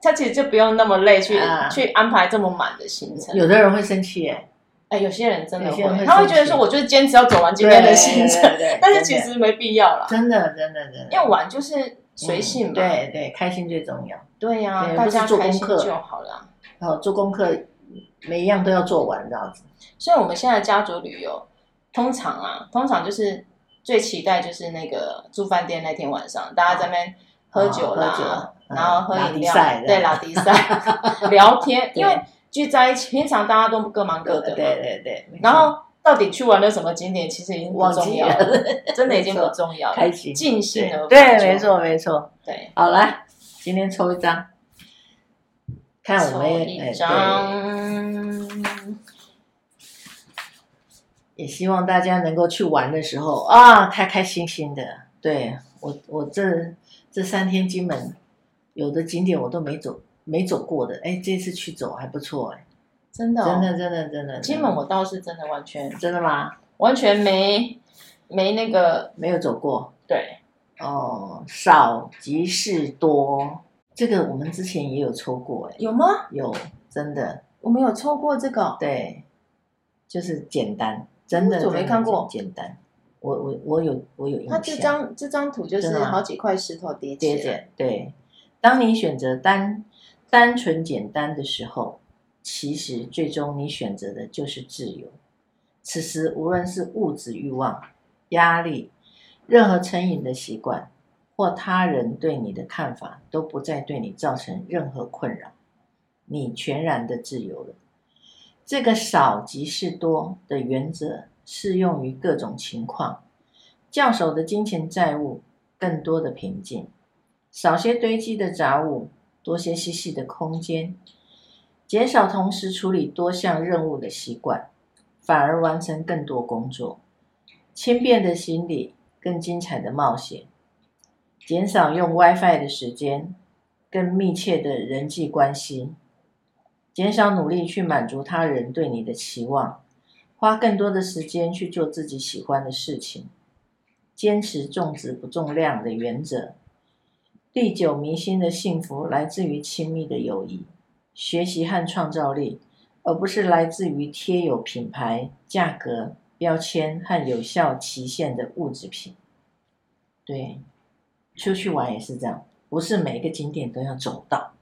Speaker 2: 他其实就不用那么累去、
Speaker 1: 啊
Speaker 2: 去安排这么满的行程。
Speaker 1: 有的人会生气耶，
Speaker 2: 哎，有些人真的
Speaker 1: 有
Speaker 2: 会，
Speaker 1: 些人会
Speaker 2: 他会
Speaker 1: 生
Speaker 2: 觉得说，
Speaker 1: 气
Speaker 2: 我就是坚持要走完今天的行程，
Speaker 1: 对，对对
Speaker 2: 但是其
Speaker 1: 真的
Speaker 2: 实没必要啦，
Speaker 1: 真的真的真的
Speaker 2: 要玩就是随性嘛。
Speaker 1: 嗯对对，开心最重要。
Speaker 2: 对呀、
Speaker 1: 对
Speaker 2: 大
Speaker 1: 不是
Speaker 2: 家
Speaker 1: 做
Speaker 2: 开
Speaker 1: 功
Speaker 2: 心
Speaker 1: 课
Speaker 2: 就好啦。
Speaker 1: 然后做功课，每一样都要做完这样子。
Speaker 2: 所以我们现在家族旅游，通常啊，通常就是最期待就是那个住饭店那天晚上，大家在那边喝酒啦，
Speaker 1: 哦喝酒嗯
Speaker 2: 然后喝饮料，
Speaker 1: 拉比赛
Speaker 2: 对，拉迪赛 [LAUGHS] 聊
Speaker 1: [LAUGHS]
Speaker 2: 天，
Speaker 1: 对
Speaker 2: 因为聚在一起，平常大家都各忙各
Speaker 1: 对
Speaker 2: 的嘛，
Speaker 1: 对对对，没错
Speaker 2: 然后到底去玩了什么景点，其实已经不
Speaker 1: 忘
Speaker 2: 重
Speaker 1: 记
Speaker 2: 要
Speaker 1: 了， [LAUGHS]
Speaker 2: 真的已经不重要了，
Speaker 1: 开心，
Speaker 2: 尽兴而
Speaker 1: 对
Speaker 2: 为
Speaker 1: 对，
Speaker 2: 就
Speaker 1: 没，错没错。
Speaker 2: 对，
Speaker 1: 好来，今天抽一张，看我们
Speaker 2: 抽
Speaker 1: 哎
Speaker 2: 一
Speaker 1: 对
Speaker 2: 张。
Speaker 1: 也希望大家能够去玩的时候啊，开开心心的。对我，我这这三天金门有的景点我都没走，没走过的，哎，这次去走还不错，哎，
Speaker 2: 真的、
Speaker 1: 真
Speaker 2: 哦，
Speaker 1: 的真的真的。
Speaker 2: 金门我倒是真的完全
Speaker 1: 真的吗？
Speaker 2: 完全没没那个
Speaker 1: 没有走过
Speaker 2: 对，
Speaker 1: 哦，少即是多，这个我们之前也有抽过，哎，
Speaker 2: 有吗？
Speaker 1: 有真的
Speaker 2: 我们有抽过这个哦，
Speaker 1: 对，就是简单，真的
Speaker 2: 我怎么没
Speaker 1: 真的
Speaker 2: 看过
Speaker 1: 简单。我我我有我有印象。
Speaker 2: 它这张这张图就
Speaker 1: 真
Speaker 2: 是
Speaker 1: 的吗
Speaker 2: 好几块石头叠起
Speaker 1: 节
Speaker 2: 来，
Speaker 1: 俭。对，当你选择单单纯简单的时候，其实最终你选择的就是自由。此时，无论是物质欲望、压力、任何成瘾的习惯，或他人对你的看法，都不再对你造成任何困扰，你全然的自由了。这个少即是多的原则适用于各种情况。较少的金钱债务，更多的平静，少些堆积的杂物，多些嬉戏的空间，减少同时处理多项任务的习惯，反而完成更多工作。轻便的行李，更精彩的冒险，减少用 WiFi 的时间，更密切的人际关系，减少努力去满足他人对你的期望，花更多的时间去做自己喜欢的事情，坚持重质不重量的原则。历久弥新的幸福来自于亲密的友谊、学习和创造力，而不是来自于贴有品牌、价格、标签和有效期限的物质品。对，出去玩也是这样，不是每个景点都要走到。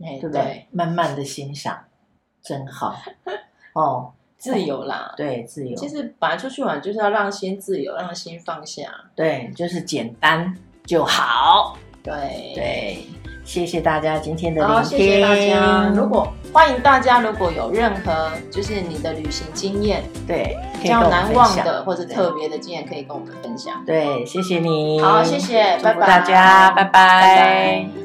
Speaker 2: 哎，
Speaker 1: 对不对？慢慢的欣赏，真
Speaker 2: [LAUGHS]
Speaker 1: 好。哦，
Speaker 2: 自由啦。
Speaker 1: 对，自由，
Speaker 2: 其实本来出去玩就是要让心自由，让心放下。
Speaker 1: 对，就是简单就好。
Speaker 2: 对，
Speaker 1: 对，谢谢大家今天的聆
Speaker 2: 好，
Speaker 1: 听，
Speaker 2: 谢谢大家。如果欢迎大家，如果有任何就是你的旅行经验
Speaker 1: 对
Speaker 2: 比
Speaker 1: 可以跟我
Speaker 2: 较
Speaker 1: 们
Speaker 2: 难
Speaker 1: 分
Speaker 2: 忘
Speaker 1: 享
Speaker 2: 的或者
Speaker 1: 对
Speaker 2: 特别的经验，可以跟我们分享。
Speaker 1: 对，谢谢你。
Speaker 2: 好谢谢
Speaker 1: 嗯祝
Speaker 2: 拜
Speaker 1: 福
Speaker 2: 拜
Speaker 1: 大家，拜拜
Speaker 2: 拜拜